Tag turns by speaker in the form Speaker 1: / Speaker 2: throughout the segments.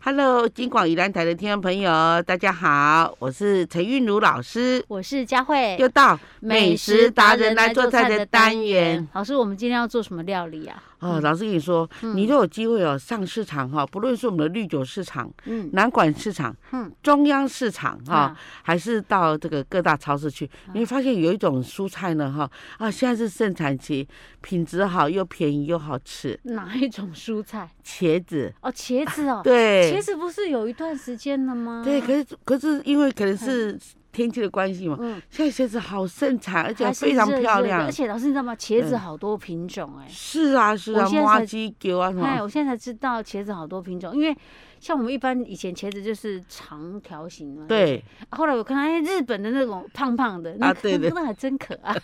Speaker 1: Hello，金广宜兰台的听众朋友，大家好，我是陈韵如老师，
Speaker 2: 我是佳慧，
Speaker 1: 又到哎美食达人来做菜的单元。。
Speaker 2: 老师，我们今天要做什么料理啊？
Speaker 1: 哦，老师跟你说，你若有机会哦上市场哈、不论是我们的绿酒市场、
Speaker 2: 嗯
Speaker 1: 南管市场、
Speaker 2: 嗯，
Speaker 1: 中央市场哈、
Speaker 2: 啊
Speaker 1: 还是到这个各大超市去，你会发现有一种蔬菜呢哈啊，现在是盛产期，品质好又便宜又好吃，
Speaker 2: 哪一种蔬菜？
Speaker 1: 茄子。
Speaker 2: 哦，茄子哦，
Speaker 1: 啊对，
Speaker 2: 茄子不是有一段时间了吗？
Speaker 1: 对，可是可是因为可能是天气的关系嘛，
Speaker 2: 嗯，
Speaker 1: 现在茄子好盛产，而且
Speaker 2: 还是
Speaker 1: 非常
Speaker 2: 热
Speaker 1: 漂
Speaker 2: 热的
Speaker 1: 亮
Speaker 2: 而。且老师，你知道吗？茄子
Speaker 1: 嗯
Speaker 2: 好多品种哎。
Speaker 1: 是啊是啊，
Speaker 2: 我现在
Speaker 1: 麻
Speaker 2: 才
Speaker 1: 鸡球啊什
Speaker 2: 哎，
Speaker 1: 么，
Speaker 2: 我现在才知道茄子好多品种，因为像我们一般以前茄子就是长条形嘛。。
Speaker 1: 对，
Speaker 2: 后来我看到哎，日本的那种胖胖的，那
Speaker 1: 啊
Speaker 2: 个
Speaker 1: 对对
Speaker 2: 那还真可爱。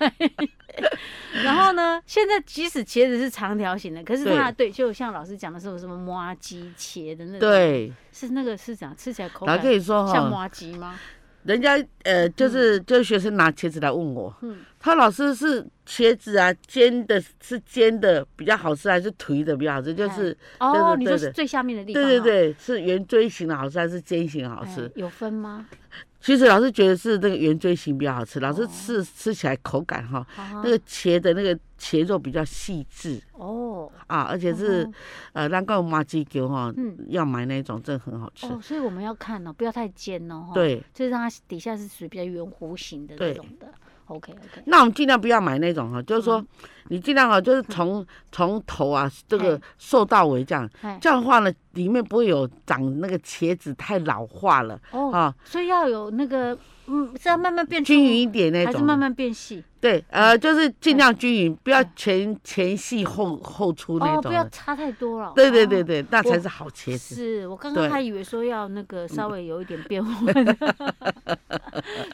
Speaker 2: 然后呢，现在即使茄子是长条形的，可是它对，就像老师讲的是有什么摸鸡茄的那种，，
Speaker 1: 对。
Speaker 2: 是那个是讲吃起来口
Speaker 1: 然
Speaker 2: 感
Speaker 1: 后跟你说哦
Speaker 2: 像嗯
Speaker 1: 哈，
Speaker 2: 摸鸡吗？
Speaker 1: 人家呃就是就是学生拿茄子来问我，
Speaker 2: 嗯
Speaker 1: 他老师是茄子啊煎的是煎的比较好吃还是颓的比较好吃？就
Speaker 2: 哎
Speaker 1: 是
Speaker 2: 哦，
Speaker 1: 对对
Speaker 2: 你
Speaker 1: 对对
Speaker 2: 说是最下面的地
Speaker 1: 对
Speaker 2: 方，啊
Speaker 1: 对，对，是圆锥形的好吃还是尖形的好吃
Speaker 2: 哎？有分吗？
Speaker 1: 其实老师觉得是那个圆锥形比较好吃，老师
Speaker 2: 哦
Speaker 1: 吃吃起来口感哈，
Speaker 2: 那
Speaker 1: 那个茄的那个茄肉比较细致
Speaker 2: 哦，
Speaker 1: 啊，而且是、
Speaker 2: 嗯
Speaker 1: 呃，那个麻鸡球哈，
Speaker 2: 嗯
Speaker 1: 要买那种真的很好吃。
Speaker 2: 哦，所以我们要看哦，不要太尖哦，哈，
Speaker 1: 对，
Speaker 2: 就是让它底下是属于比较圆弧形的
Speaker 1: 对
Speaker 2: 那种的。OK OK，
Speaker 1: 那我们尽量不要买那种哈，就是
Speaker 2: 嗯
Speaker 1: 说、你尽量啊，就是从从头啊这个
Speaker 2: 嘿
Speaker 1: 瘦到尾这样，
Speaker 2: 哎，
Speaker 1: 这样的话呢，里面不会有长那个茄子太老化了
Speaker 2: 哦，
Speaker 1: 啊，
Speaker 2: 所以要有那个，嗯，是要慢慢变出
Speaker 1: 均匀一点那
Speaker 2: 还是
Speaker 1: 种。
Speaker 2: 慢慢变细？
Speaker 1: 对，呃，就是尽量均匀，不要
Speaker 2: 嗯
Speaker 1: 前前细后后粗那
Speaker 2: 哦，
Speaker 1: 种
Speaker 2: 不要
Speaker 1: 的。
Speaker 2: 差太多了。
Speaker 1: 对对对
Speaker 2: 哦。
Speaker 1: 对，那才
Speaker 2: 我
Speaker 1: 是好茄子。
Speaker 2: 是我刚
Speaker 1: 对嗯
Speaker 2: 刚还以为说要那个稍微有一点 变化 的，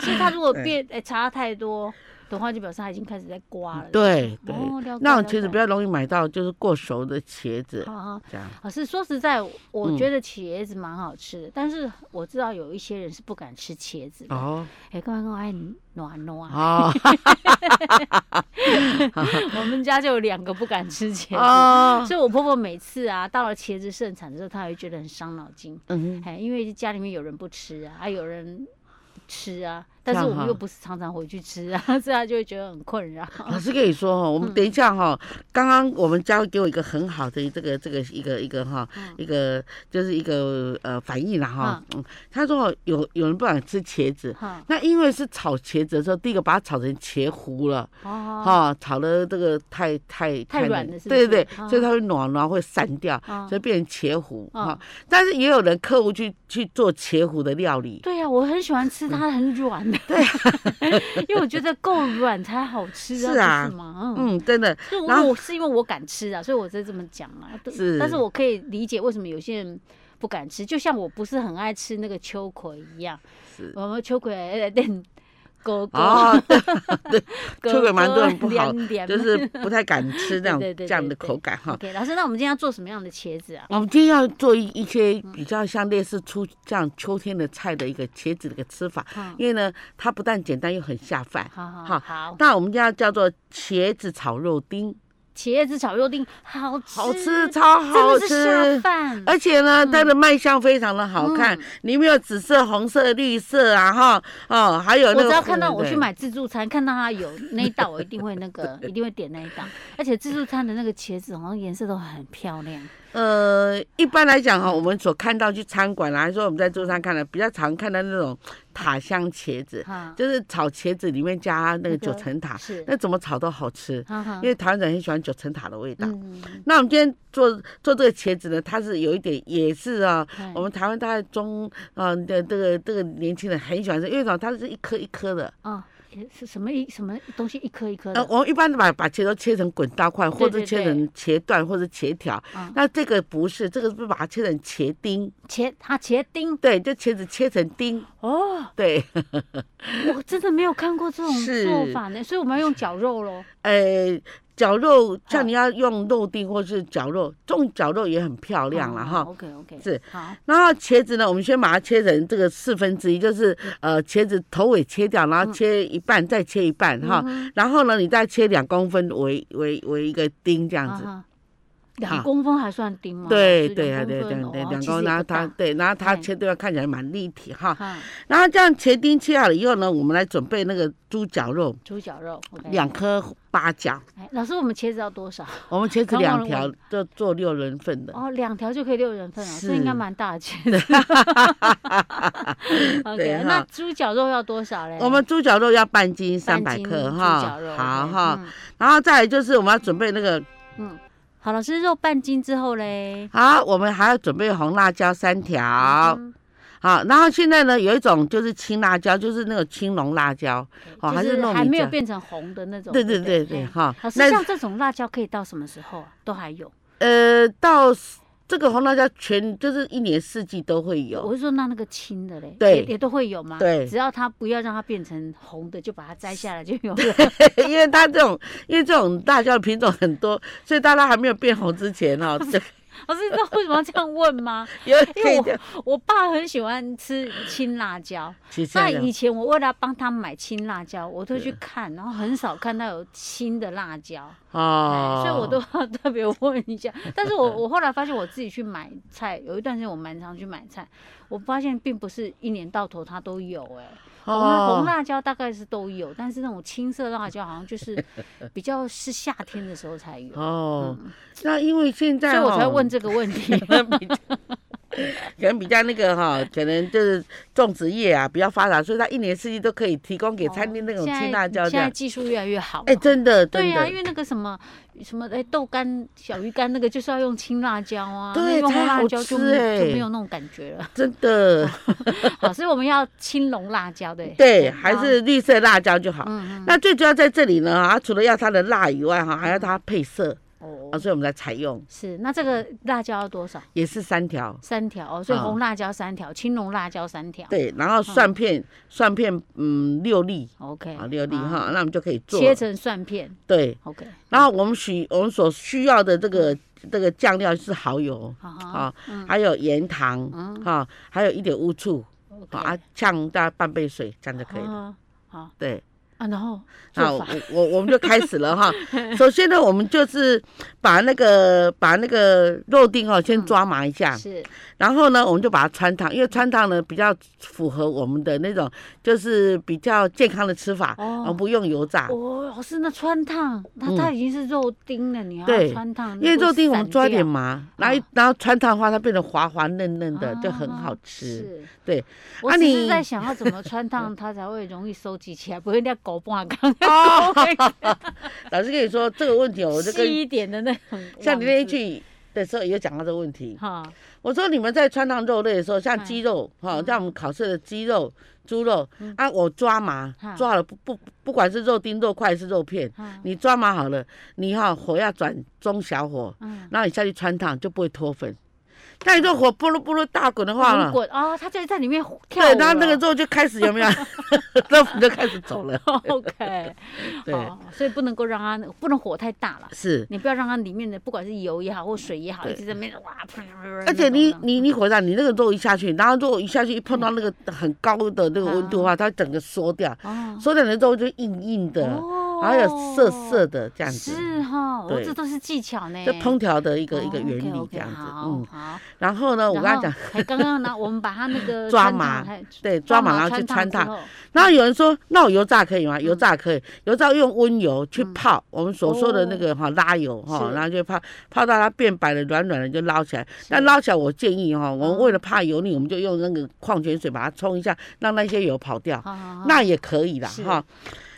Speaker 2: 所以它如果变哎差太多的话，就表示它已经开始在刮了。
Speaker 1: 嗯对对，
Speaker 2: 哦，了解
Speaker 1: 那
Speaker 2: 了
Speaker 1: 种茄子
Speaker 2: 解
Speaker 1: 比较容易买到，就是过熟的茄子
Speaker 2: 好好，
Speaker 1: 这样。
Speaker 2: 老师说实在，我
Speaker 1: 嗯
Speaker 2: 觉得茄子蛮好吃的，但是我知道有一些人是不敢吃茄子的。
Speaker 1: 哦
Speaker 2: 哎，干嘛跟我爱暖暖？
Speaker 1: 哦
Speaker 2: 我们家就有两个不敢吃茄子，
Speaker 1: 哦，
Speaker 2: 所以我婆婆每次啊到了茄子盛产的时候，她会觉得很伤脑筋。
Speaker 1: 嗯，
Speaker 2: 哎，因为家里面有人不吃啊，啊有人吃啊，但
Speaker 1: 这
Speaker 2: 是
Speaker 1: 样
Speaker 2: 我们
Speaker 1: 哈嗯
Speaker 2: 又不是常常回去吃啊， 所以他就会觉得很困扰。
Speaker 1: 老师跟你说哈，我
Speaker 2: 嗯
Speaker 1: 们等一下哈，刚刚我们教给我一个很好的这个这个一个一个哈
Speaker 2: 嗯
Speaker 1: 一个就是一个呃反应啦哈，嗯，他说有有人不敢吃茄子。
Speaker 2: 哈
Speaker 1: 那因为是炒茄子的时候，第一个把它炒成茄糊了，
Speaker 2: 哦，
Speaker 1: 哈、炒的这个太太
Speaker 2: 太软
Speaker 1: 嫩
Speaker 2: 了是不
Speaker 1: 对对
Speaker 2: 是
Speaker 1: 对，
Speaker 2: 啊
Speaker 1: 所以它会软软会散掉，
Speaker 2: 啊
Speaker 1: 所以变成茄糊哈、
Speaker 2: 啊
Speaker 1: 但是也有人客户去去做茄糊的料理，
Speaker 2: 对呀、啊我很喜欢
Speaker 1: 嗯
Speaker 2: 吃它很软的，
Speaker 1: 啊
Speaker 2: 因为我觉得够软才好吃啊，
Speaker 1: 是啊
Speaker 2: 不是吗？嗯。
Speaker 1: 嗯，真的
Speaker 2: 是
Speaker 1: 然后
Speaker 2: 我是因为我敢吃啊，所以我才这么讲啊。但
Speaker 1: 是
Speaker 2: 但是我可以理解为什么有些人不敢吃，就像我不是很爱吃那个秋葵一样，
Speaker 1: 是
Speaker 2: 我们秋葵哎有点 狗狗，
Speaker 1: 哦，对
Speaker 2: 狗
Speaker 1: 秋葵蛮多人
Speaker 2: 狗
Speaker 1: 不好
Speaker 2: 凉凉
Speaker 1: 就是不太敢 吃那种
Speaker 2: 对对对对
Speaker 1: 这样的口感哈。
Speaker 2: OK，老师，那我们今天要做什么样的茄子啊？
Speaker 1: 我们今天要做一一些
Speaker 2: 嗯
Speaker 1: 比较像类似出这样秋天的菜的一个茄子的一个吃法，
Speaker 2: 嗯哦
Speaker 1: 因为呢，它不但简单又很下饭。
Speaker 2: 好
Speaker 1: 好
Speaker 2: 好好，
Speaker 1: 那我们家叫做茄子炒肉丁，
Speaker 2: 茄子炒肉丁好吃，
Speaker 1: 好吃，超
Speaker 2: 真
Speaker 1: 好
Speaker 2: 的
Speaker 1: 吃，哎
Speaker 2: 是下饭。嗯
Speaker 1: 而且呢，它的卖相非常的好看，里面有紫色、红色、绿色啊，哈，哦，还有那
Speaker 2: 我
Speaker 1: 个。
Speaker 2: 只要看到我去，买自助餐，看到它有那一道，我一定会那个，一定会点那一道。而且自助餐的那个茄子好像颜色都很漂亮。
Speaker 1: 呃，一般来讲哈，我们所看到去餐馆啊啦，还说我们在桌上看的，比较常看到那种塔香茄子，
Speaker 2: 哈，
Speaker 1: 就是炒茄子里面加那个
Speaker 2: 那个
Speaker 1: 九层塔，
Speaker 2: 是，
Speaker 1: 那怎么炒都好吃，
Speaker 2: 哈哈
Speaker 1: 因，为台湾人很喜欢九层塔的味道。
Speaker 2: 嗯，
Speaker 1: 那我们今天做做这个茄子呢，它是有一点也是啊，
Speaker 2: 嗨
Speaker 1: 我们台湾大概中呃的这个这个年轻人很喜欢吃，因为什么？它是一颗一颗的，
Speaker 2: 啊是什么一什么东西一颗一颗
Speaker 1: 呃，
Speaker 2: 的
Speaker 1: 我们一般把把茄都切成滚刀块，或者
Speaker 2: 对对
Speaker 1: 切
Speaker 2: 嗯对
Speaker 1: 成茄段或者茄条。
Speaker 2: 啊？
Speaker 1: 那这个不是，这个是把它切成茄丁，
Speaker 2: 茄它茄丁
Speaker 1: 对，就茄子切成丁，
Speaker 2: 哦，
Speaker 1: 对，
Speaker 2: 我真的没有看过这种
Speaker 1: 是
Speaker 2: 做法呢，所以我们要用绞肉喽。
Speaker 1: 呃，绞肉像
Speaker 2: 嗯
Speaker 1: 你要用肉丁或是绞肉，种绞肉也很漂亮了哈。
Speaker 2: OK OK，
Speaker 1: 是
Speaker 2: 哦好，
Speaker 1: 然后茄子呢，我们先把它切成这个四分之一，就是呃茄子头尾切掉，然后切一半，再切一
Speaker 2: 嗯
Speaker 1: 半哈。然后呢，你再切两公分为为为一个丁这样子。
Speaker 2: 啊哈两
Speaker 1: 好
Speaker 2: 公分还算丁吗？
Speaker 1: 对
Speaker 2: 是
Speaker 1: 对啊，
Speaker 2: 两
Speaker 1: 对
Speaker 2: 公分
Speaker 1: 对对，
Speaker 2: 哦
Speaker 1: 两
Speaker 2: 其
Speaker 1: 公啊
Speaker 2: 实也
Speaker 1: 然后
Speaker 2: 不
Speaker 1: 它
Speaker 2: 大
Speaker 1: 对，然后它
Speaker 2: 嘿
Speaker 1: 切对看起来蛮立体哈。
Speaker 2: 哈，
Speaker 1: 然后这样茄丁切好了以后呢，我们来准备那个猪脚肉，
Speaker 2: 猪脚肉，OK
Speaker 1: 两颗八角，
Speaker 2: 哎老师，我们茄子要多少？
Speaker 1: 我们茄子
Speaker 2: 刚
Speaker 1: 两
Speaker 2: 忘了
Speaker 1: 条
Speaker 2: 问，
Speaker 1: 就做六人份的。
Speaker 2: 哦，两条就可以六人份啊，这
Speaker 1: 是
Speaker 2: 应该蛮大的茄 子。
Speaker 1: 对
Speaker 2: OK，
Speaker 1: 哈
Speaker 2: 那猪脚肉要多少嘞？
Speaker 1: 我们猪脚肉要半斤，三
Speaker 2: 半
Speaker 1: 百
Speaker 2: 斤
Speaker 1: 克
Speaker 2: 猪脚
Speaker 1: 哈，
Speaker 2: 肉
Speaker 1: 好
Speaker 2: ，OK，
Speaker 1: 哈。
Speaker 2: 嗯
Speaker 1: 然后再来就是我们要准备那个，
Speaker 2: 嗯，好，老师，肉半斤之后嘞，
Speaker 1: 好，我们还要准备红辣椒三条，
Speaker 2: 嗯
Speaker 1: 好。然后现在呢，有一种就是青辣椒，就是那个青龙辣椒，哦，还
Speaker 2: 就是
Speaker 1: 糯
Speaker 2: 还
Speaker 1: 米
Speaker 2: 没有
Speaker 1: 酱。
Speaker 2: 变成红的那种。
Speaker 1: 对
Speaker 2: 对
Speaker 1: 对
Speaker 2: 不
Speaker 1: 对对，
Speaker 2: 哎
Speaker 1: 哈
Speaker 2: 老。师，
Speaker 1: 那
Speaker 2: 像这种辣椒可以到什么时候啊？都还有。
Speaker 1: 呃，到这个红辣椒全就是一年四季都会有。
Speaker 2: 我是说，那那个青的嘞，
Speaker 1: 对
Speaker 2: 也也都会有嘛。
Speaker 1: 对
Speaker 2: 只要它不要让它变成红的，就把它摘下来就有了。
Speaker 1: 因为它这种，因为这种辣椒的品种很多，所以大家还没有变红之前 哈，这个
Speaker 2: 老师，你知道为什么要这样问吗？
Speaker 1: 有可
Speaker 2: 因为
Speaker 1: 以
Speaker 2: 我
Speaker 1: 这样
Speaker 2: 我爸很喜欢吃青辣椒，
Speaker 1: 其实这
Speaker 2: 那
Speaker 1: 样
Speaker 2: 以前我为了帮他买青辣椒，我都去看，然后很少看到有青的辣椒，
Speaker 1: 哦
Speaker 2: 哎，所以我都要特别问 一下。但是我我后来发现我自己去买菜，有一段时间我蛮常去买菜，我发现并不是一年到头它都有、哎。红辣红
Speaker 1: 哦，
Speaker 2: 辣椒大概是都有，但是那种青色辣椒好像就是 比较是夏天的时候才有，
Speaker 1: 哦，那因为现
Speaker 2: 嗯所
Speaker 1: 在
Speaker 2: 以我
Speaker 1: 哦
Speaker 2: 才问这个问题。
Speaker 1: 可能比较可能比较那个哈，可能就是种植业啊比较发达，所以它一年四季都可以提供 给餐厅那种
Speaker 2: 哦现
Speaker 1: 青
Speaker 2: 在
Speaker 1: 辣椒这
Speaker 2: 现在
Speaker 1: 样。
Speaker 2: 技术越来越好了。啊
Speaker 1: 哎，真的，
Speaker 2: 对
Speaker 1: 真
Speaker 2: 呀、
Speaker 1: 的
Speaker 2: 因，为那个什么什么哎豆干、小鱼干那个就是要用青辣椒啊，
Speaker 1: 对
Speaker 2: 那用
Speaker 1: 才
Speaker 2: 红辣
Speaker 1: 好
Speaker 2: 椒
Speaker 1: 吃
Speaker 2: 就没就
Speaker 1: 哎
Speaker 2: 没有那种感觉了。
Speaker 1: 真的，
Speaker 2: 好，所以我们要青龙辣椒，哦 对
Speaker 1: 对，还
Speaker 2: 好
Speaker 1: 是绿色辣椒就好。
Speaker 2: 嗯嗯
Speaker 1: 那最主要在这里呢，啊，除了要它的辣以外哈，还要它配色啊，
Speaker 2: 哦
Speaker 1: 所以我们来采用
Speaker 2: 是那这个辣椒要多少？
Speaker 1: 也是三条，
Speaker 2: 三条哦，所以
Speaker 1: 啊
Speaker 2: 红辣椒三条，青龙辣椒三条。
Speaker 1: 对，然后蒜片蒜片嗯六粒
Speaker 2: OK，
Speaker 1: 啊六粒
Speaker 2: 好
Speaker 1: 哈，那我们就可以做
Speaker 2: 切成蒜片。
Speaker 1: 对，
Speaker 2: OK，
Speaker 1: 然后我们需我们所需要的这个这个酱料是蚝油
Speaker 2: 好好
Speaker 1: 啊，还有盐糖
Speaker 2: 哦
Speaker 1: 啊，还有一点乌醋
Speaker 2: ，OK，
Speaker 1: 啊，啊呛大概半杯水，这样就可以了。
Speaker 2: 啊好
Speaker 1: 对，
Speaker 2: 啊，然后
Speaker 1: 那我
Speaker 2: 做法
Speaker 1: 我我们就开始了 哈。首先呢，我们就是把那个把那个肉丁哦先抓麻一下，
Speaker 2: 嗯是
Speaker 1: 然后呢，我们就把它穿烫，因为穿烫呢比较符合我们的那种就是比较健康的吃法，我们
Speaker 2: 哦。
Speaker 1: 不用油炸。
Speaker 2: 哦，老师，那穿烫，那它已经是肉丁了，你还
Speaker 1: 对
Speaker 2: 要穿烫，
Speaker 1: 因为
Speaker 2: 那
Speaker 1: 肉
Speaker 2: 会
Speaker 1: 丁我们
Speaker 2: 嗯散
Speaker 1: 抓一点
Speaker 2: 掉嗯
Speaker 1: 麻，然后一然后穿烫的话，它变得滑滑嫩嫩的，就很好
Speaker 2: 啊
Speaker 1: 吃。
Speaker 2: 是
Speaker 1: 对，
Speaker 2: 我
Speaker 1: 啊
Speaker 2: 只
Speaker 1: 你
Speaker 2: 是在想要怎么穿烫它才会容易收集起来，不会那狗 半缸
Speaker 1: 哦，老师跟你说这个问题哦，我就
Speaker 2: 细
Speaker 1: 跟
Speaker 2: 一点的那种。
Speaker 1: 像你那一，句的时候也有讲到这个问题。
Speaker 2: 哈，
Speaker 1: 我说你们在穿烫肉类的时候，像
Speaker 2: 嗯
Speaker 1: 鸡肉哈，像我们烤翅的鸡肉、猪肉啊，我抓麻
Speaker 2: 哈嗯
Speaker 1: 抓了不不不管是肉丁、肉块还是肉片，
Speaker 2: 哈
Speaker 1: 你抓麻好了，你哈火要转中小火，
Speaker 2: 嗯，
Speaker 1: 然后你下去穿烫就不会脱粉。但你这火咕噜咕噜大滚的话
Speaker 2: 很
Speaker 1: 呢，
Speaker 2: 滚哦，它就在里面跳
Speaker 1: 对，
Speaker 2: 舞
Speaker 1: 然后那个
Speaker 2: 了
Speaker 1: 肉就开始有 没有？豆腐就开始走了，
Speaker 2: OK，
Speaker 1: 对，
Speaker 2: 好，所以不能够让它那个，不能火太大了。
Speaker 1: 是。
Speaker 2: 你不要让它里面的不管是油也好或水也好，
Speaker 1: 对
Speaker 2: 一直在那边哇，啪啪啪啪
Speaker 1: 而且你
Speaker 2: 那种
Speaker 1: 你你火上，你那个肉一下去，然后肉一下去一碰到那个很高的那个温度的话，它整个缩掉，
Speaker 2: 嗯哦
Speaker 1: 缩掉的肉就硬硬的，
Speaker 2: 哦
Speaker 1: 还有涩涩的这样子，
Speaker 2: 是哈，我
Speaker 1: 对
Speaker 2: 这都是技巧呢，
Speaker 1: 这烹调的一
Speaker 2: 一
Speaker 1: 个一个原理这样子。
Speaker 2: 哦好
Speaker 1: 嗯，
Speaker 2: 好。
Speaker 1: 然后呢，我
Speaker 2: 然
Speaker 1: 刚刚
Speaker 2: 后
Speaker 1: 讲，
Speaker 2: 还刚刚呢，我们把它那个
Speaker 1: 抓
Speaker 2: 穿烫
Speaker 1: 麻
Speaker 2: 还
Speaker 1: 对，抓马然后去
Speaker 2: 穿
Speaker 1: 穿
Speaker 2: 烫
Speaker 1: 烫
Speaker 2: 之。后，
Speaker 1: 然后有人说，那我油炸可以
Speaker 2: 嗯
Speaker 1: 吗？油炸可以，油炸用温油去泡，我们所说的那个哈拉油哈，
Speaker 2: 哦是
Speaker 1: 然后就泡，泡到它变白了、软软的就捞起来。但
Speaker 2: 是哦
Speaker 1: 捞起来，我建议哈，我们为了怕油腻，我们就用那个矿泉水把它冲一下，让那些油跑掉，
Speaker 2: 好好好
Speaker 1: 那也可以啦
Speaker 2: 哦是
Speaker 1: 哈。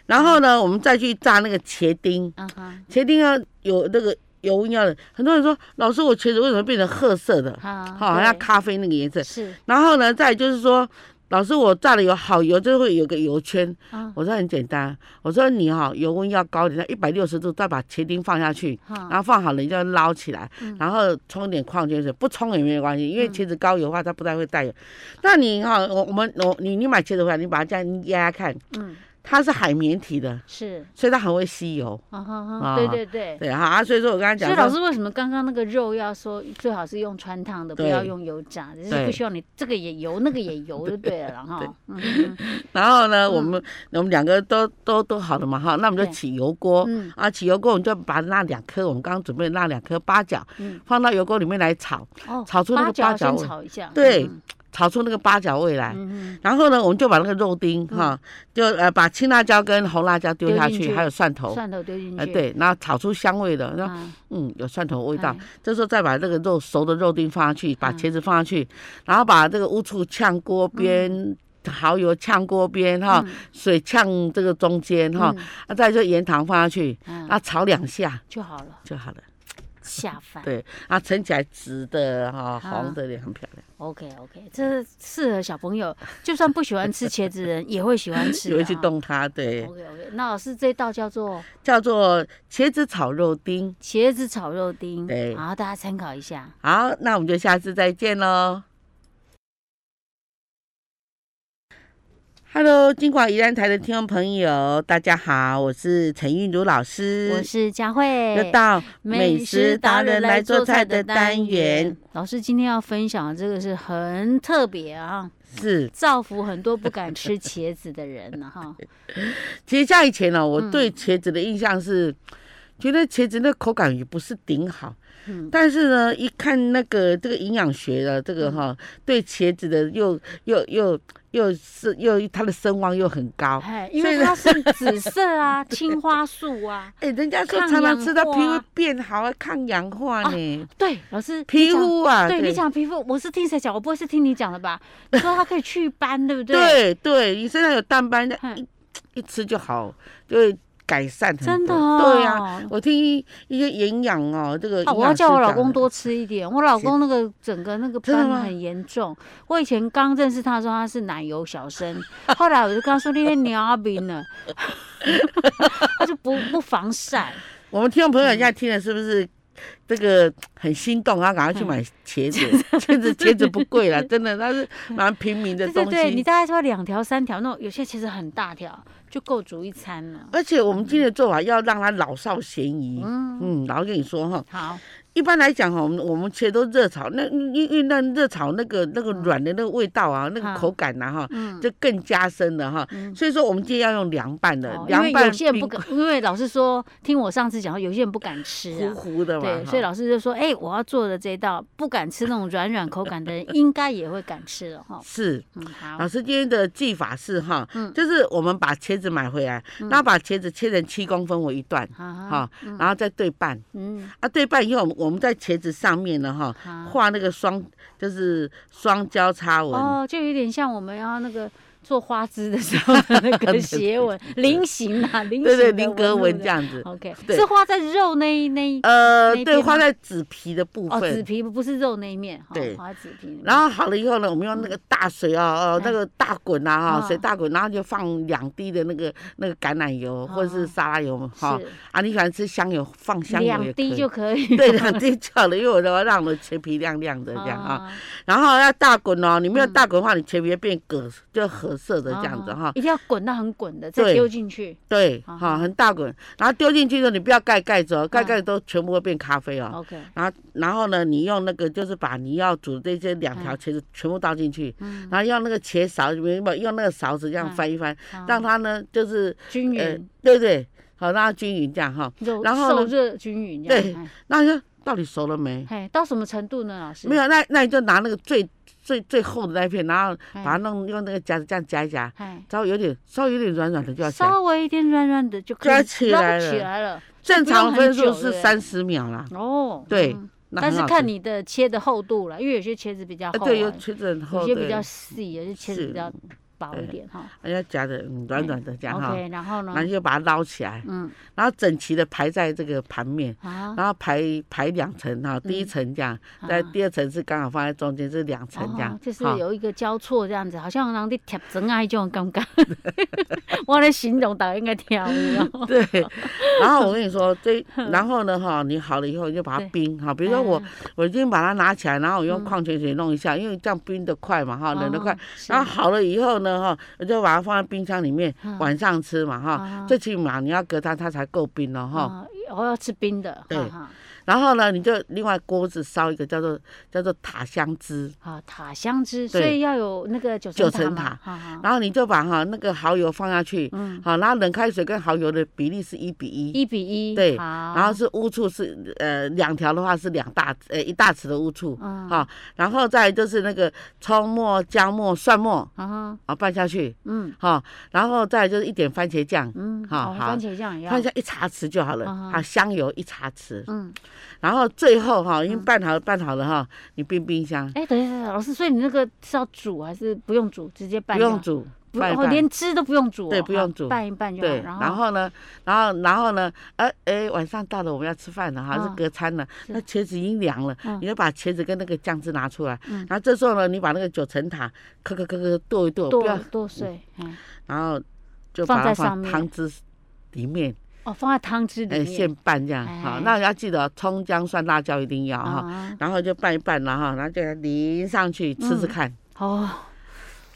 Speaker 1: 然后呢，我们再去炸那个茄丁，
Speaker 2: 嗯哼，
Speaker 1: 茄丁要有那个油温要的。很多人说，老师，我茄子为什么变成褐色的？
Speaker 2: 好
Speaker 1: 好，好像
Speaker 2: 哦对
Speaker 1: 咖啡那个颜色。
Speaker 2: 是
Speaker 1: 然后呢，再就是说，老师，我炸的有好油，就会有个油圈。
Speaker 2: 啊
Speaker 1: 我说很简单，我说你哈、油温要高一点，一百六十度，再把茄丁放下去，然
Speaker 2: 哈
Speaker 1: 后放好了你就要捞起来，
Speaker 2: 嗯
Speaker 1: 然后冲点矿泉水，不冲也没有关系，因为茄子高油的话它不太会带油。那你哈、我我们我你你买茄子回来，你把它这样压压看，
Speaker 2: 嗯
Speaker 1: 它是海绵体的，
Speaker 2: 是，
Speaker 1: 所以它很会吸油。
Speaker 2: 啊哈
Speaker 1: 啊
Speaker 2: 哈，对对对。
Speaker 1: 对哈、啊，所以说我刚才
Speaker 2: 所
Speaker 1: 讲
Speaker 2: 以
Speaker 1: 说，
Speaker 2: 老师为什么刚刚那个肉要说最好是用穿烫的，不
Speaker 1: 对
Speaker 2: 要用油炸的，就是
Speaker 1: 对
Speaker 2: 不需要你这个也油那个也油就对了啦哈。嗯嗯
Speaker 1: 然后呢，我们我们两个都都都好了嘛哈，那我们就
Speaker 2: 对
Speaker 1: 起油锅。
Speaker 2: 嗯
Speaker 1: 啊，起油锅我们就把那两颗我们刚刚准备的那两颗八角
Speaker 2: 嗯，
Speaker 1: 放到油锅里面来炒，
Speaker 2: 哦，
Speaker 1: 炒出那个八
Speaker 2: 角
Speaker 1: 角
Speaker 2: 先
Speaker 1: 味
Speaker 2: 炒一下，
Speaker 1: 对哎
Speaker 2: 嗯
Speaker 1: 炒出那个八角味来。
Speaker 2: 嗯嗯，
Speaker 1: 然后呢，我们就把那个肉丁哈，就呃把青辣椒跟红辣椒丢
Speaker 2: 丢
Speaker 1: 下
Speaker 2: 进
Speaker 1: 去，
Speaker 2: 去
Speaker 1: 还有蒜头，
Speaker 2: 蒜头丢进
Speaker 1: 呃
Speaker 2: 去，嗯
Speaker 1: 对，然后炒出香味的，然后
Speaker 2: 啊，
Speaker 1: 嗯有蒜头味道
Speaker 2: 哎。
Speaker 1: 这时候再把那个肉熟的肉丁放上去，把
Speaker 2: 嗯
Speaker 1: 茄子放上去，然后把这个乌醋呛锅边，蚝油呛锅边哈，
Speaker 2: 嗯
Speaker 1: 水呛这个中间哈，啊再就盐糖放上去，
Speaker 2: 嗯
Speaker 1: 啊炒两下
Speaker 2: 就好了，
Speaker 1: 就好了。
Speaker 2: 下饭。
Speaker 1: 对，啊盛起来紫的哈，
Speaker 2: 啊
Speaker 1: 红的也很漂亮。
Speaker 2: OK OK，这适合小朋友，就算不喜欢吃茄子 的人也会喜欢吃的啊。
Speaker 1: 有一去动它，对，
Speaker 2: OK OK，那老师这道叫做
Speaker 1: 叫做茄子炒肉丁。
Speaker 2: 茄子炒肉丁，
Speaker 1: 对
Speaker 2: 好，大家参考一下。
Speaker 1: 好，那我们就下次再见喽。Hello，金广宜兰台的听众朋友，大家好，我是陈韵如老
Speaker 2: 我
Speaker 1: 师。
Speaker 2: 是佳慧，
Speaker 1: 又到美食达人来做菜的单元，。
Speaker 2: 老师今天要分享的这个是很特别啊，
Speaker 1: 是，
Speaker 2: 造福很多不敢吃茄子的人 呢、哈。
Speaker 1: 其实像以前呢、我
Speaker 2: 嗯
Speaker 1: 对茄子的印象是，觉得茄子那口感也不是顶好，
Speaker 2: 嗯，
Speaker 1: 但是呢，一看那个这个营养学的这个哈、对茄子的又又又又是又它的声望又很高。
Speaker 2: 哎，因
Speaker 1: 所以
Speaker 2: 为
Speaker 1: 呢
Speaker 2: 它是紫色 啊，青花素啊，
Speaker 1: 哎、人家说
Speaker 2: 抗
Speaker 1: 常常
Speaker 2: 氧
Speaker 1: 吃到皮
Speaker 2: 化
Speaker 1: 肤变好啊，抗氧化
Speaker 2: 啊
Speaker 1: 呢，
Speaker 2: 对，老师
Speaker 1: 皮。
Speaker 2: 你讲
Speaker 1: 肤啊，
Speaker 2: 对你讲皮肤，我是听谁讲？我不会是听你讲 的吧？你说它可以祛斑，对不对？，
Speaker 1: 对对，你身上有淡斑，
Speaker 2: 嗯
Speaker 1: 一一吃就好，就会改善很多。
Speaker 2: 真的哦。
Speaker 1: 对啊呀、我听一一些营养哦，这个
Speaker 2: 啊，
Speaker 1: 营
Speaker 2: 我要
Speaker 1: 养
Speaker 2: 叫
Speaker 1: 师
Speaker 2: 我老
Speaker 1: 讲
Speaker 2: 公
Speaker 1: 的
Speaker 2: 多吃一点。我老公那个整个那个
Speaker 1: 真的吗
Speaker 2: 斑很严重。我以前刚认识他的时候，他是奶油小生，后来我就跟他说：“那些鸟饼呢？” 他就不不防晒。
Speaker 1: 我们听众朋友现在听了是不是这个很心动，然后赶快去
Speaker 2: 嗯
Speaker 1: 买 茄子？茄子茄子不贵啦，真的，它是蛮平民的
Speaker 2: 对对
Speaker 1: 东
Speaker 2: 对，你
Speaker 1: 西。
Speaker 2: 大概说两条三条，那种有些其实很大条，就够煮一餐了。
Speaker 1: 而且我们今天的做法要让它老少咸宜。
Speaker 2: 嗯，
Speaker 1: 嗯，然后跟你说哈，
Speaker 2: 好，
Speaker 1: 一般来讲哈，我们我们茄都热炒，那因因为那热炒那个那个软的那个味道啊，那个
Speaker 2: 嗯
Speaker 1: 口感呐、哈，
Speaker 2: 嗯。
Speaker 1: 就更加深了哈。
Speaker 2: 嗯
Speaker 1: 所以说我们今天要用凉拌的
Speaker 2: 哦，因
Speaker 1: 凉
Speaker 2: 为
Speaker 1: 拌
Speaker 2: 有些人
Speaker 1: 冰
Speaker 2: 不敢，因为老师说，听我上次讲，有些人不敢吃啊
Speaker 1: 糊，糊的嘛。
Speaker 2: 对，
Speaker 1: 哈
Speaker 2: 所以老师就说，哎、我要做的这一道，不敢吃那种软软口感的人，应该也会敢吃了哈。
Speaker 1: 是
Speaker 2: 嗯，好
Speaker 1: 老，师今天的技法是哈，
Speaker 2: 嗯
Speaker 1: 就是我们把茄子买回来，然后把茄子切成七公分为一段，
Speaker 2: 好，
Speaker 1: 哈，然后再对半，
Speaker 2: 啊嗯，
Speaker 1: 啊，对半以后，我们我们在茄子上面呢哈，
Speaker 2: 好，
Speaker 1: 画那个双就是双交叉纹，
Speaker 2: 哦，就有点像我们要那个做花枝的时候的那
Speaker 1: 对
Speaker 2: 个斜纹菱形啊，菱
Speaker 1: 对
Speaker 2: 形
Speaker 1: 对，
Speaker 2: 的
Speaker 1: 菱格
Speaker 2: 路
Speaker 1: 纹
Speaker 2: 的
Speaker 1: 这。样子，
Speaker 2: OK，
Speaker 1: 对
Speaker 2: 是画在肉那一那一
Speaker 1: 呃，
Speaker 2: 那
Speaker 1: 对，
Speaker 2: 边
Speaker 1: 画
Speaker 2: 吗
Speaker 1: 在纸皮的部
Speaker 2: 哦，纸
Speaker 1: 分。
Speaker 2: 皮不是肉那一面，哦
Speaker 1: 对
Speaker 2: 画纸皮。
Speaker 1: 然
Speaker 2: 后
Speaker 1: 后好了以后呢，我们用那
Speaker 2: 嗯
Speaker 1: 个大水啊，哦，那
Speaker 2: 哎
Speaker 1: 个大滚啊，哈，
Speaker 2: 哦
Speaker 1: 水大滚，然后就放两滴的那个那个橄榄油或者是
Speaker 2: 哦
Speaker 1: 沙拉油嘛，哈，啊，你喜欢吃香油，放
Speaker 2: 是
Speaker 1: 香油也
Speaker 2: 两
Speaker 1: 可以
Speaker 2: 滴。就可 以。
Speaker 1: 对，两滴就好了，因为我都要让我的茄皮亮亮的这样啊。
Speaker 2: 啊，
Speaker 1: 然后要大滚哦，你没有
Speaker 2: 嗯
Speaker 1: 大滚的话，你茄皮会变葛，就褐色的这样子
Speaker 2: 啊
Speaker 1: 哈。
Speaker 2: 一定要滚到很滚的，再
Speaker 1: 对
Speaker 2: 丢进去。
Speaker 1: 对，
Speaker 2: 啊
Speaker 1: 哈，很大滚。然后丢进去之后，你不要盖盖子哦，盖
Speaker 2: 嗯
Speaker 1: 盖子都全部会变咖啡哦。
Speaker 2: OK，
Speaker 1: 然后，然后呢，你用那个就是把你要煮的这些两条茄子全部倒进去，
Speaker 2: 嗯，
Speaker 1: 然后用那个茄勺，没有用那个勺子这样
Speaker 2: 嗯
Speaker 1: 翻一翻，
Speaker 2: 好
Speaker 1: 让它呢就是
Speaker 2: 均
Speaker 1: 呃
Speaker 2: 匀。，
Speaker 1: 对对，好让它均匀这样哈。
Speaker 2: 肉
Speaker 1: 然后呢
Speaker 2: 受热均匀这样。哎
Speaker 1: 那就到底熟了没？
Speaker 2: 哎，哎到什么程度呢，老师？
Speaker 1: 没有，那那你就拿那个最最最厚的那一片，然后
Speaker 2: 哎，
Speaker 1: 把它弄用那个夹子这样夹一夹，
Speaker 2: 哎，
Speaker 1: 然后有点稍微有点软软的就要起来。
Speaker 2: 稍微一点软软的就可
Speaker 1: 抓
Speaker 2: 以
Speaker 1: 起
Speaker 2: 捞
Speaker 1: 来了
Speaker 2: 起来了。
Speaker 1: 正常分
Speaker 2: 不
Speaker 1: 数
Speaker 2: 用很久
Speaker 1: 是
Speaker 2: 对不对
Speaker 1: 三十秒啦，
Speaker 2: 哦，
Speaker 1: 对
Speaker 2: 嗯
Speaker 1: 那
Speaker 2: 但
Speaker 1: 很
Speaker 2: 是
Speaker 1: 好
Speaker 2: 看
Speaker 1: 吃
Speaker 2: 你的切的厚度了，因为有些茄子比较
Speaker 1: 啊
Speaker 2: 厚啊，
Speaker 1: 对，有茄子很厚，
Speaker 2: 有些比较
Speaker 1: 对，
Speaker 2: 细，有些茄子
Speaker 1: 是
Speaker 2: 比较薄一
Speaker 1: 对
Speaker 2: 点哈。
Speaker 1: 人家夹的嗯软软的这样哈，
Speaker 2: OK，然嗯后呢
Speaker 1: 然？后就把它捞起来，
Speaker 2: 嗯
Speaker 1: 然后整齐的排在这个盘面。
Speaker 2: 啊，
Speaker 1: 然后排排两层哈，
Speaker 2: 嗯
Speaker 1: 第一层这样，在
Speaker 2: 啊
Speaker 1: 第二层是刚好放在中间，是两层这样
Speaker 2: 哦，，就是
Speaker 1: 哈
Speaker 2: 有一个交错这样子，好像人伫贴针啊，迄种感觉。 我来形容，大家应该听有哦。
Speaker 1: 对，然后我跟你说，这然后呢哈，你好了以后你就把它
Speaker 2: 嗯对
Speaker 1: 冰哈，比如说我
Speaker 2: 嗯
Speaker 1: 我已经把它拿起来，然后我用矿泉水弄一下，因为这样冰得快嘛哈，冷得快啊
Speaker 2: 哦。，是
Speaker 1: 然后好了以后呢，了哈，我就把它放在冰箱里面，
Speaker 2: 嗯
Speaker 1: 晚上吃嘛哈。
Speaker 2: 啊
Speaker 1: 最起码你要隔它，它才够冰哦哈。
Speaker 2: 啊我要吃冰的，
Speaker 1: 对
Speaker 2: 哈哈
Speaker 1: 然后呢，你就另外锅子烧一个叫做叫做塔香汁，
Speaker 2: 啊，塔香汁，所
Speaker 1: 对
Speaker 2: 以要有那个九
Speaker 1: 九
Speaker 2: 层
Speaker 1: 层
Speaker 2: 塔
Speaker 1: 塔
Speaker 2: 嘛，哈哈
Speaker 1: 然后你就把哈那个蚝油放下去，
Speaker 2: 嗯，
Speaker 1: 好，然后冷开水跟蚝油的比例是一比一。
Speaker 2: 一比一，
Speaker 1: 对
Speaker 2: 好，
Speaker 1: 然后是乌醋是呃两条的话是两大呃一大匙的乌醋，
Speaker 2: 嗯，
Speaker 1: 好、然后再来就是那个葱末、姜末、蒜末
Speaker 2: 啊哈，
Speaker 1: 啊拌下去，
Speaker 2: 嗯
Speaker 1: 好、然后再来就是一点番茄酱，
Speaker 2: 嗯，
Speaker 1: 好
Speaker 2: 哦
Speaker 1: 好
Speaker 2: 番茄酱也要
Speaker 1: 番，茄一茶匙就好了，
Speaker 2: 嗯嗯
Speaker 1: 啊香油一茶匙，
Speaker 2: 嗯，
Speaker 1: 然后最后哈、因为拌好了拌好了哈、你冰冰箱，
Speaker 2: 哎，等一下，等一下老师，所以你那个是要煮还是不用煮，直接拌
Speaker 1: 不
Speaker 2: 就好？
Speaker 1: 用煮，
Speaker 2: 不，
Speaker 1: 拌一
Speaker 2: 哦，
Speaker 1: 拌
Speaker 2: 连汁都不用煮哦，
Speaker 1: 对不
Speaker 2: 好
Speaker 1: 用煮
Speaker 2: 拌一拌就好。
Speaker 1: 对，
Speaker 2: 然
Speaker 1: 然
Speaker 2: 后
Speaker 1: 后呢，然后然后呢，呃，哎，晚上到了，我们要吃饭了哈，
Speaker 2: 嗯
Speaker 1: 是隔餐了。
Speaker 2: 是
Speaker 1: 那茄子已经凉了
Speaker 2: 嗯，
Speaker 1: 你就把茄子跟那个酱汁拿出来
Speaker 2: 嗯，
Speaker 1: 然后这时候呢，你把那个九层塔磕磕磕磕剁一剁，不要
Speaker 2: 剁，剁碎，嗯，
Speaker 1: 然后就
Speaker 2: 放
Speaker 1: 把
Speaker 2: 在
Speaker 1: 它
Speaker 2: 上
Speaker 1: 放
Speaker 2: 面
Speaker 1: 汤汁里面，
Speaker 2: 哦，放在汤汁里
Speaker 1: 哎，
Speaker 2: 面
Speaker 1: 现拌这样
Speaker 2: 哎
Speaker 1: 好。那要记得哦葱姜蒜辣椒一定要哈，
Speaker 2: 啊，
Speaker 1: 然后就拌一拌了哈，然后就淋上去吃吃
Speaker 2: 嗯
Speaker 1: 看，
Speaker 2: 哦，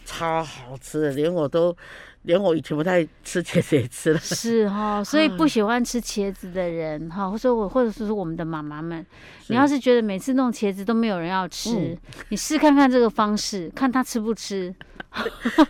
Speaker 1: 超好吃的，连我都连我以前不太吃茄子也吃了。
Speaker 2: 是哈、所以
Speaker 1: 嗯
Speaker 2: 不喜欢吃茄子的人哈，或者我或者是我们的妈妈们，你要是觉得每次弄茄子都没有人要
Speaker 1: 嗯
Speaker 2: 吃，你试看看这个方式，看他吃不吃。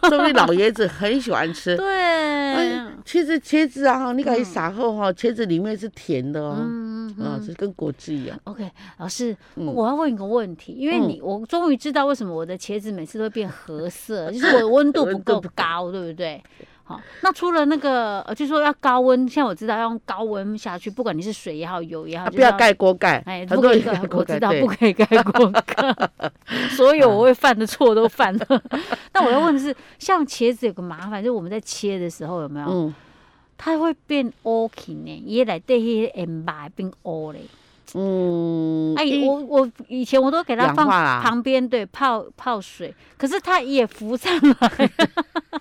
Speaker 1: 说明老爷子很喜欢 吃。
Speaker 2: 对，
Speaker 1: 哎，其实茄子啊，你可以撒后哈，茄子里面是甜的哦，
Speaker 2: 嗯
Speaker 1: 啊，
Speaker 2: 嗯
Speaker 1: 这跟果汁一样。
Speaker 2: ，OK，老师，
Speaker 1: 嗯
Speaker 2: 我要问一个问题，因为你我终于知道为什么我的茄子每次都会变 褐色，就是我的温度不
Speaker 1: 温度
Speaker 2: 够
Speaker 1: 不够
Speaker 2: 高，对不对？好，那除了那个，呃，就说要高温，现在我知道要用高温下去，不管你是水也好，油也好，
Speaker 1: 啊，
Speaker 2: 就
Speaker 1: 不
Speaker 2: 是
Speaker 1: 要盖锅盖
Speaker 2: 哎，，
Speaker 1: 很
Speaker 2: 不
Speaker 1: 多
Speaker 2: 可以
Speaker 1: 人
Speaker 2: 盖
Speaker 1: 盖，锅
Speaker 2: 我知
Speaker 1: 盖，
Speaker 2: 道
Speaker 1: 对
Speaker 2: 不，可以盖锅盖， 所有我会犯的错都犯了。 但我要问的是，像茄子有个麻烦，就是我们在切的时候有没有，
Speaker 1: 嗯
Speaker 2: 它会变乌起呢？也来对些 M 白变乌嘞。
Speaker 1: 嗯，
Speaker 2: 哎，
Speaker 1: 因
Speaker 2: 我我以前我都给它
Speaker 1: 氧
Speaker 2: 放
Speaker 1: 化啦
Speaker 2: 旁边，对，泡泡水，可是它也浮上来。它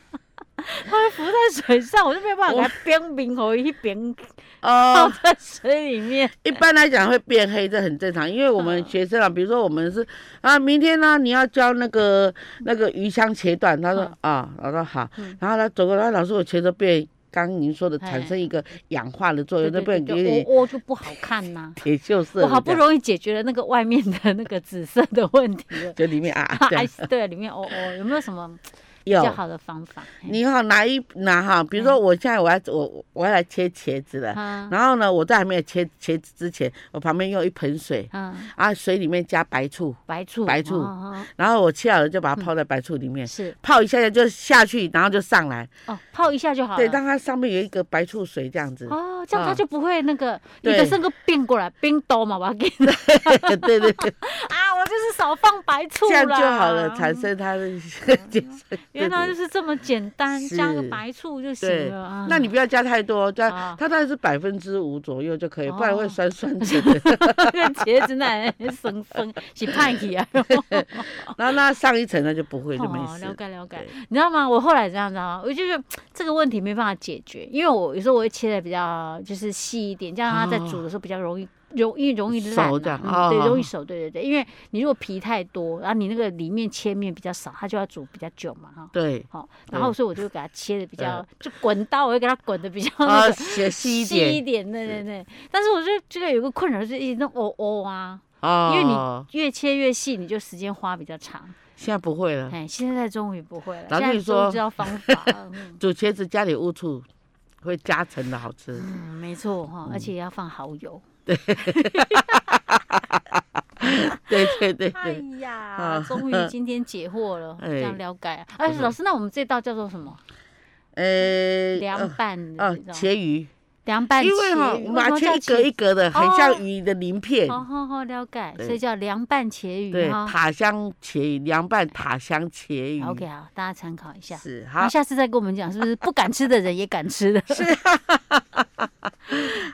Speaker 2: 会浮在水上，我就没有办法给它冰冰和一边泡
Speaker 1: 哦，
Speaker 2: 在水里面。
Speaker 1: 一般来讲会变黑，这很正常，因为我们
Speaker 2: 嗯
Speaker 1: 学生啊，比如说我们是啊，明天呢你要教那个那个鱼香茄段，他说
Speaker 2: 嗯
Speaker 1: 啊，我说好
Speaker 2: 嗯，
Speaker 1: 然后他走过来，老师我茄子变，刚刚您说的
Speaker 2: 哎
Speaker 1: 产生一个氧化的作用，那 变
Speaker 2: 对
Speaker 1: 有
Speaker 2: 对
Speaker 1: 点
Speaker 2: 对，我我就不好看呐、
Speaker 1: 铁锈色的这
Speaker 2: 我
Speaker 1: 样，。
Speaker 2: 好不容易解决了那个外面的那个紫色的问题了
Speaker 1: 就里面 啊，这样
Speaker 2: 哎对，里面哦哦，有没有 什么比较
Speaker 1: 有。
Speaker 2: 好的方法？嘿
Speaker 1: 你好，拿一拿哈，比如
Speaker 2: 嗯
Speaker 1: 说我现在我要我我要来切茄子了，
Speaker 2: 啊
Speaker 1: 然后呢，我在还没有切茄子之前，我旁边用一盆水，
Speaker 2: 啊，
Speaker 1: 啊，水里面加白醋，
Speaker 2: 白醋，
Speaker 1: 白醋
Speaker 2: 哦
Speaker 1: 然后我切好了就
Speaker 2: 嗯
Speaker 1: 把它泡在白醋里面，
Speaker 2: 是
Speaker 1: 泡一下下就下去，然后就上来，
Speaker 2: 哦，泡一下就好
Speaker 1: 对，
Speaker 2: 了。
Speaker 1: 让它上面有一个白醋水这样子，
Speaker 2: 哦，这样它
Speaker 1: 啊
Speaker 2: 就不会那个，你
Speaker 1: 对
Speaker 2: 的整个变过来，冰刀嘛，我要给你
Speaker 1: 对 对对，
Speaker 2: 啊，我就是少放白醋
Speaker 1: 这
Speaker 2: 啦，
Speaker 1: 样就好了，产生它的
Speaker 2: 嗯啊
Speaker 1: 解。
Speaker 2: 原来就是是这么简单，
Speaker 1: 是
Speaker 2: 加个白醋就行
Speaker 1: 对
Speaker 2: 了啊。
Speaker 1: 那你不要加太多，加
Speaker 2: 啊
Speaker 1: 它大概是百分之五左右就可以，不然
Speaker 2: 哦
Speaker 1: 会酸酸的。
Speaker 2: 茄子那生生是派去 啊。
Speaker 1: 然后那上一层那就不会，就没
Speaker 2: 哦，
Speaker 1: 事
Speaker 2: 了。解了解
Speaker 1: 对。
Speaker 2: 你知道吗？我后来这样子啊，我就是这个问题没办法解决，因为我有时候我会切的比较就是细一点，这样它在煮的时候比较容易。容易容易烂、
Speaker 1: 熟这
Speaker 2: 啊
Speaker 1: 样
Speaker 2: 嗯，对，
Speaker 1: 哦
Speaker 2: 容易熟，对对对，因为你如果皮太多，然后你那个里面切面比较少，它就要煮比较久嘛，哈，
Speaker 1: 对，
Speaker 2: 好，
Speaker 1: 嗯
Speaker 2: 然后所以我就给它切的比较，就滚刀，我会给它滚的比较那
Speaker 1: 啊，
Speaker 2: 个
Speaker 1: 写细一
Speaker 2: 一
Speaker 1: 点
Speaker 2: 点，对对
Speaker 1: 是
Speaker 2: 对。但是我就觉得有个困扰就是一直弄哦哦啊，
Speaker 1: 哦，
Speaker 2: 因为你越切越细，你就时间花比较长。
Speaker 1: 现在不会了。
Speaker 2: 哎，现在终于不会了，
Speaker 1: 然后跟
Speaker 2: 现在
Speaker 1: 嗯你
Speaker 2: 终于
Speaker 1: 说
Speaker 2: 知道方法 了。嗯
Speaker 1: 煮茄子加点乌醋，会加成的好 吃。
Speaker 2: 嗯，没错哈，而且要放蚝油。
Speaker 1: 对对对
Speaker 2: 哎
Speaker 1: 对，
Speaker 2: 呀
Speaker 1: 啊，
Speaker 2: 终于今天解惑了，
Speaker 1: 哎
Speaker 2: 这样了解啊。哎，
Speaker 1: 不错
Speaker 2: 老师，那我们这道叫做什么？
Speaker 1: 呃，
Speaker 2: 哎凉
Speaker 1: 呃
Speaker 2: 拌的
Speaker 1: 呃
Speaker 2: 这种，
Speaker 1: 茄鱼，
Speaker 2: 凉拌
Speaker 1: 因为哈
Speaker 2: 茄鱼
Speaker 1: 麻雀一格一。格的，很
Speaker 2: 哦
Speaker 1: 像鱼的鳞
Speaker 2: 为什么要叫
Speaker 1: 片
Speaker 2: 茄。好好好，了解，
Speaker 1: 对
Speaker 2: 所以叫凉拌茄鱼
Speaker 1: 对，
Speaker 2: 哈。
Speaker 1: 塔香茄鱼，凉拌塔香茄鱼。
Speaker 2: OK，好，大家参考一下。
Speaker 1: 嗯是好
Speaker 2: 那下次再跟我们讲，是不是不敢吃的人也敢吃的？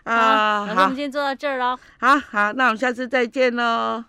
Speaker 2: 好，
Speaker 1: 啊，
Speaker 2: 老师，我们
Speaker 1: 好啊
Speaker 2: 今天做到这儿喽。
Speaker 1: 好好，那我们下次再见喽。